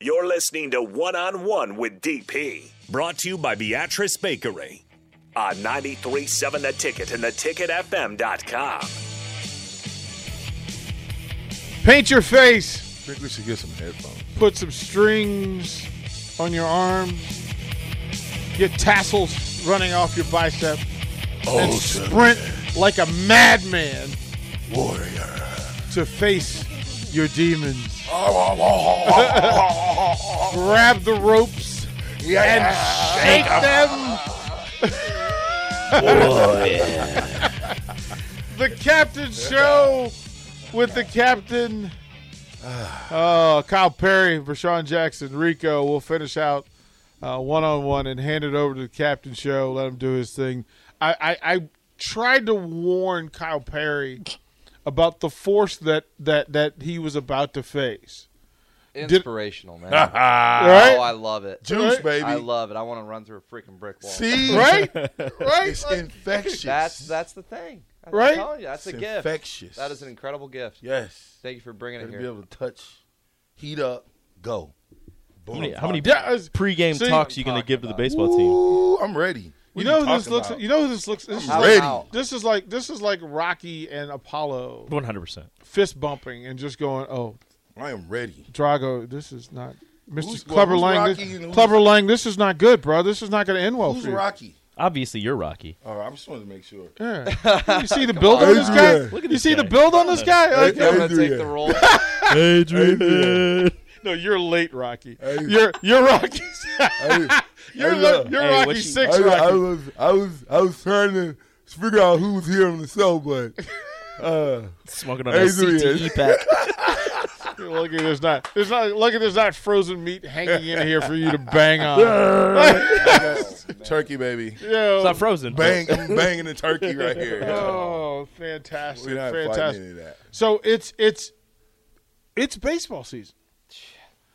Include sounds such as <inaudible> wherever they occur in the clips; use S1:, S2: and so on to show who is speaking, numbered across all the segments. S1: You're listening to One on One with DP
S2: Brought to you by Beatrice Bakery.
S1: on 937 The Ticket and theticketfm.com.
S3: Paint your face.
S4: I think we should get some headphones.
S3: Put some strings on your arms. Get tassels running off your bicep. and
S4: Ultimate
S3: sprint like a madman
S4: warrior.
S3: to face your
S4: <laughs>
S3: demons.
S4: yeah,
S3: Grab the ropes and shake them. <laughs> the Captain Show with the Captain. <sighs> Uh, Kyle Perry, Rashawn Jackson, Rico. We'll finish out one on one and hand it over to the Captain Show. Let him do his thing. I, I, I tried to warn Kyle Perry about the force that, that, that he was about to face.
S5: Inspirational,
S4: <laughs>
S5: man.
S3: right?
S5: Oh, I love it.
S4: Juice,
S3: Right?
S4: baby.
S5: I love it. I want to run through a freaking brick wall.
S4: <laughs> See,
S3: right? Right?
S4: It's
S3: Like,
S4: infectious.
S5: that's that's the thing. I'm
S3: Right?
S5: telling you, that's
S4: It's
S5: a gift.
S4: infectious.
S5: That is an incredible gift.
S4: yes.
S5: Thank you for bringing
S4: Gotta
S5: it
S4: be
S5: here.
S4: able to touch, heat up, go. Boom.
S6: How many, how many
S3: Yeah, it's-
S6: pregame
S3: see-
S6: talks you going to give to the baseball team?
S4: Ooh, I'm ready. What
S3: you
S4: are
S3: know who this
S4: talking
S3: looks.
S4: about?
S3: You know who this looks. This is,
S4: I'm
S3: like,
S4: ready.
S5: How-
S3: this is like this is like Rocky and Apollo
S6: One hundred percent.
S3: fist bumping and just going, "Oh,
S4: I am ready.
S3: Drago, this is not
S4: Who's-
S3: Mr.
S4: well,
S3: Clever
S4: who's
S3: Lang.
S4: Rocky and
S3: This,
S4: who's-
S3: Clever Lang, this is not good, bro. This is not going to end well
S4: Who's
S3: for you.
S4: Rocky?
S6: Obviously, you're Rocky.
S4: All right, I just wanted to make sure. <laughs>
S3: Yeah. You see the build on this guy?
S4: Adrian.
S6: Look at
S3: you
S6: this
S3: see
S6: guy.
S3: the build on this guy? Like,
S4: Adrian.
S5: I'm gonna take the role.
S6: Adrian.
S3: no, you're late, Rocky.
S4: Adrian.
S3: You're you're Rocky.
S4: <laughs> Hey,
S3: <laughs> you're
S4: Hey,
S3: lo- you're
S6: Hey, what
S3: Rocky
S6: you-
S3: six,
S4: I, I
S3: Rocky.
S4: was, I was, I was trying to figure out who was here on the show, but uh,
S6: Smoking on a
S4: Adrian.
S6: CTE E pack.
S3: Lucky there's not there's not lucky there's not frozen meat hanging in here for you to bang on.
S4: <laughs> turkey baby,
S3: Yo.
S6: It's not frozen.
S4: bang, <laughs> I'm banging the turkey right here. <laughs>
S3: Oh, fantastic,
S4: We're not fighting
S3: fantastic.
S4: any of that.
S3: So it's it's it's baseball season.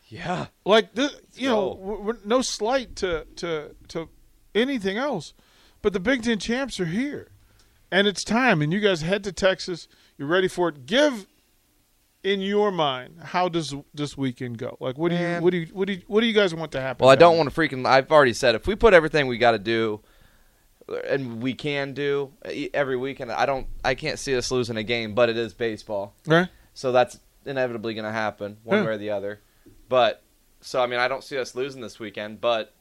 S5: yeah.
S3: Like this, you know,
S5: go.
S3: w w- no slight to to to anything else, but the Big Ten champs are here, and it's time. And you guys head to Texas. You're ready for it. Give in your mind how does this weekend go? Like, what do you what do you what do you, what do you guys want to happen?
S5: Well, I
S3: down
S5: don't
S3: there?
S5: want to freaking. I've already said if we put everything we got to do, and we can do e- every weekend. I don't. I can't see us losing a game, but it is baseball,
S3: right.
S5: so that's inevitably going to happen one
S3: Yeah.
S5: way or the other. But so I mean, I don't see us losing this weekend, but.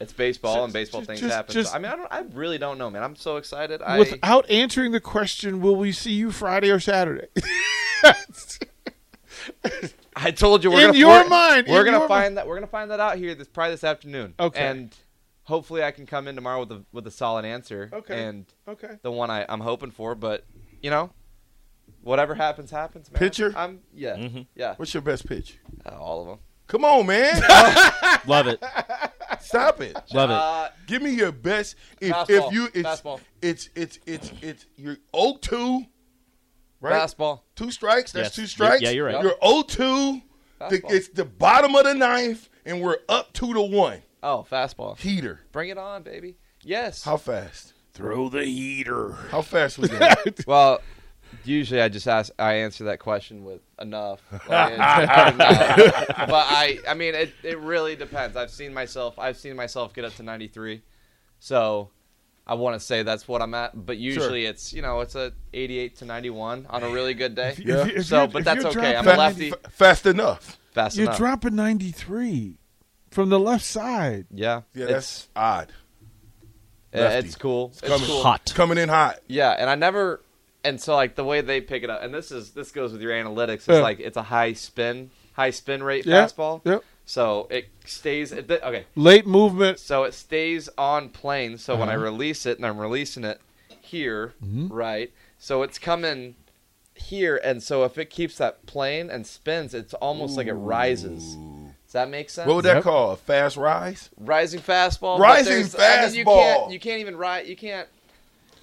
S5: It's baseball
S3: Just-
S5: and baseball
S3: just-
S5: things
S3: just-
S5: happen.
S3: just-
S5: so, I mean, I don't. I really don't know, man. I'm so excited. I
S3: Without answering the question, will we see you Friday or Saturday? <laughs>
S5: I told you we're
S3: In
S5: gonna,
S3: your
S5: we're-
S3: mind,
S5: We're
S3: in
S5: gonna
S3: your
S5: find that. We're gonna find that out here this probably this afternoon.
S3: Okay.
S5: And hopefully, I can come in tomorrow with a with a solid answer.
S3: Okay.
S5: And
S3: okay.
S5: the one I, I'm hoping for, but you know, whatever happens, happens. Man.
S4: Pitcher?
S5: I'm yeah, yeah.
S4: What's your best pitch?
S5: Uh, all of them.
S4: Come on, man, <laughs>
S6: Love it.
S4: stop it.
S6: Love it.
S5: Uh,
S4: Give me your best. If,
S5: Fastball.
S4: if you, it's,
S5: Fastball.
S4: it's, it's, it's, it's, you're 0-2, right?
S5: fastball.
S4: Two strikes. That's
S6: Yes.
S4: two strikes.
S6: Yeah, you're right.
S4: You're 0-2. The-
S5: Fastball.
S4: it's the bottom of the ninth, and we're up two to one.
S5: Oh, fastball.
S4: Heater.
S5: Bring it on, baby. Yes.
S4: How fast?
S1: Throw the heater.
S4: How fast <laughs> was that?
S5: well, usually I just ask. I answer that question with enough. Like, it's- enough. But I, I mean, it, it really depends. I've seen myself. I've seen myself get up to 93. So. I want to say that's what I'm at, but usually it's you know it's a 88 to 91 on a really good day.
S4: Yeah.
S3: If you- if
S5: So,
S3: you-
S5: but
S3: if
S5: that's
S3: you
S5: okay.
S3: drop
S5: I'm
S3: that
S5: a
S4: Fa-
S5: lefty.
S4: fa- fast enough.
S5: Fast
S3: You're
S5: enough.
S3: dropping 93 from the left side.
S5: Yeah,
S4: Yeah,
S5: it's
S4: that's odd. lefty.
S5: it's cool. It's,
S4: coming.
S5: cool.
S6: Hot.
S4: Coming in hot.
S5: Yeah, and I never. And so like the way they pick it up, and this is this goes with your analytics. It's
S3: Yeah.
S5: like it's a high spin, high spin rate
S3: Yeah,
S5: fastball.
S3: yep.
S5: So it stays. It, th- okay,
S3: Late movement.
S5: so it stays on plane. So when I
S3: Uh-huh.
S5: release it, and I'm releasing it here,
S3: Mm-hmm.
S5: right? So it's coming here, and so if it keeps that plane and spins, it's almost like it rises. Does that make sense?
S4: What would that
S3: Yep.
S4: call? A fast rise?
S5: Rising fastball. but
S4: Rising
S5: there's- I mean, you can't.
S4: fastball.
S5: You can't even ride. You can't.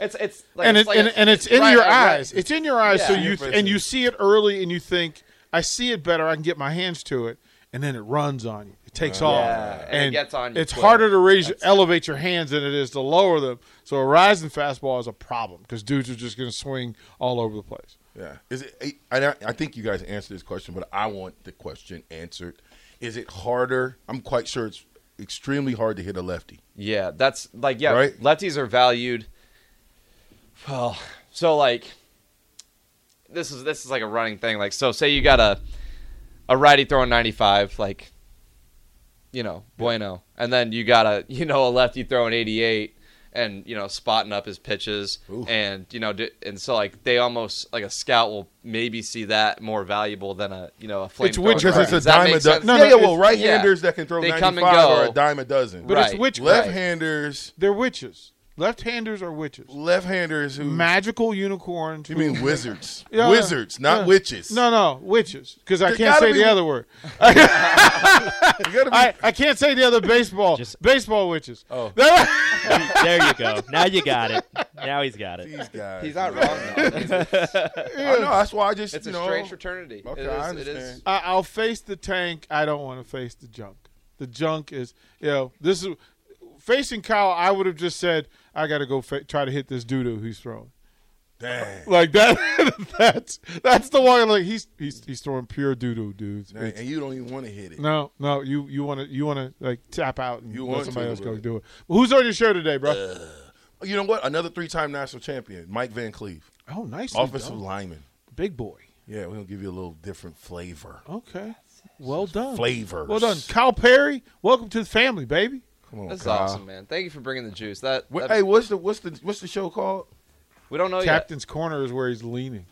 S5: It's it's like
S3: and
S5: it's
S3: it's
S5: like
S3: and,
S5: a-
S3: and it's in
S5: right-
S3: your
S5: a right-
S3: eyes. It's in your eyes. So
S5: Yeah.
S3: you th- and you see it early, and you think, "I see it better. I can get my hands to it." And then it runs on you. It takes off,
S5: Yeah, and it gets on you
S3: It's
S5: quick.
S3: harder to raise, elevate your hands than it is to lower them. So a rising fastball is a problem because dudes are just going to swing all over the place.
S4: Yeah. Is it? I, I I think you guys answered this question, but I want the question answered. Is it harder? I'm quite sure it's extremely hard to hit a lefty.
S5: Yeah, that's like yeah,
S4: Right?
S5: lefties are valued. Well, so like this is this is like a running thing. Like so say you got a a righty throwing 95 like you know, bueno. And then you got a <laughs> you know a lefty throwing 88 and you know spotting up his pitches
S4: Ooh.
S5: and you know d- and so like they almost like a scout will maybe see that more valuable than a you know a flame
S3: It's which-
S4: Because it's a
S5: Does that
S4: dime
S5: make
S4: a dozen.
S5: sense?
S3: No,
S4: yeah, yeah,
S3: no,
S4: well,
S3: it's-
S4: right-handers that can throw
S5: They
S4: 95
S5: come and
S4: or
S5: go.
S4: a dime a dozen.
S3: But it's
S5: Right,
S3: witch
S5: right.
S4: Left-handers,
S3: They're witches. Left-handers are witches.
S4: left-handers who
S3: Magical unicorns.
S4: You mean wizards?
S3: <laughs> Yeah, yeah.
S4: wizards, not
S3: Yeah.
S4: witches.
S3: No, no, witches. Because I
S4: There
S3: can't
S4: gotta
S3: say
S4: be-
S3: the other
S4: <laughs>
S3: word.
S4: You gotta be-
S3: I, I can't say the other baseball.
S6: Just-
S3: baseball witches.
S4: Oh.
S6: there you go. Now you got it. Now he's got it.
S4: these guys.
S5: He's not wrong though.
S4: I know. That's why I just.
S5: It's
S4: you
S5: a
S4: <laughs> know,
S5: strange fraternity.
S4: Okay,
S5: it is,
S4: I
S5: It is,
S4: understand.
S3: I, I'll face the tank. I don't want to face the junk. The junk is, you know, this is facing Kyle. I would have just said, I got to go fa- try to hit this doo who's throwing.
S4: Dang.
S3: Like that. <laughs> that's that's the one. Like he's he's he's throwing pure doo doo, dudes.
S4: Dang, And you don't even want to hit it.
S3: No, no, you you want to you want to like tap out and
S4: You
S3: let
S4: want
S3: somebody
S4: to,
S3: else go
S4: but-
S3: do it. Well, who's on your show today, bro?
S4: You know what? Another three-time national champion, Mike Van Cleve,
S3: oh, nice.
S4: offensive lineman.
S3: big boy.
S4: Yeah, we're gonna give you a little different flavor.
S3: Okay, well done.
S4: Flavors.
S3: Well done, Kyle Perry. Welcome to the family, baby.
S4: Come on,
S5: That's
S4: Kyle.
S5: awesome, man. Thank you for bringing the juice. That,
S4: What-
S5: that-
S4: hey, what's the what's the what's the show called?
S5: we don't know yet.
S3: Captain's corner is where he's leaning.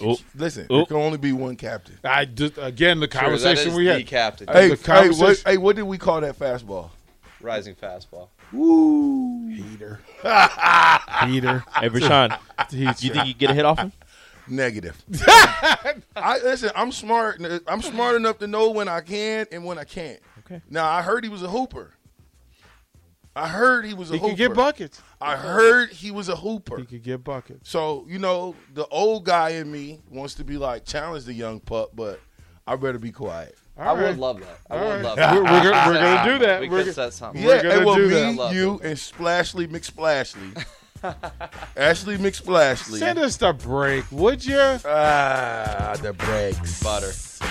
S6: Oh,
S4: Listen,
S6: Oh.
S4: there can only be one captain.
S3: I just again the
S5: Sure, that
S3: conversation
S5: is
S3: we
S5: the
S3: had.
S5: captain
S3: Hey,
S4: Hey,
S3: the
S4: hey, what,
S3: conversation-
S4: hey, what did we call that fastball?
S5: rising fastball.
S3: <laughs>
S6: Peter. Hey, Rashawn,
S3: ah,
S6: you think you get a hit off him?
S3: <laughs>
S4: Negative. I listen. I'm smart. I'm smart enough to know when I can and when I can't.
S6: Okay.
S4: Now I heard he was a hooper. I heard he was a
S3: He
S4: hooper.
S3: could get buckets.
S4: I heard he was a hooper.
S3: He could get buckets.
S4: So you know, the old guy in me wants to be like challenge the young pup, but I better be quiet.
S3: All
S5: I
S3: right.
S5: would love that. I
S3: All
S5: would
S3: right.
S5: love
S3: We're-
S5: that.
S3: we're gonna- we're gonna
S5: Set
S3: do
S5: something.
S3: that.
S5: <laughs> We
S3: We're
S5: could
S3: gonna-
S5: set something.
S4: Yeah,
S3: gonna
S4: it will
S3: do
S4: me,
S3: that.
S5: I love
S4: you, and Splashly
S3: <laughs>
S4: McSplashly, Ashley McSplashly.
S3: Send us the break, would you?
S4: ah, the breaks.
S5: Butter.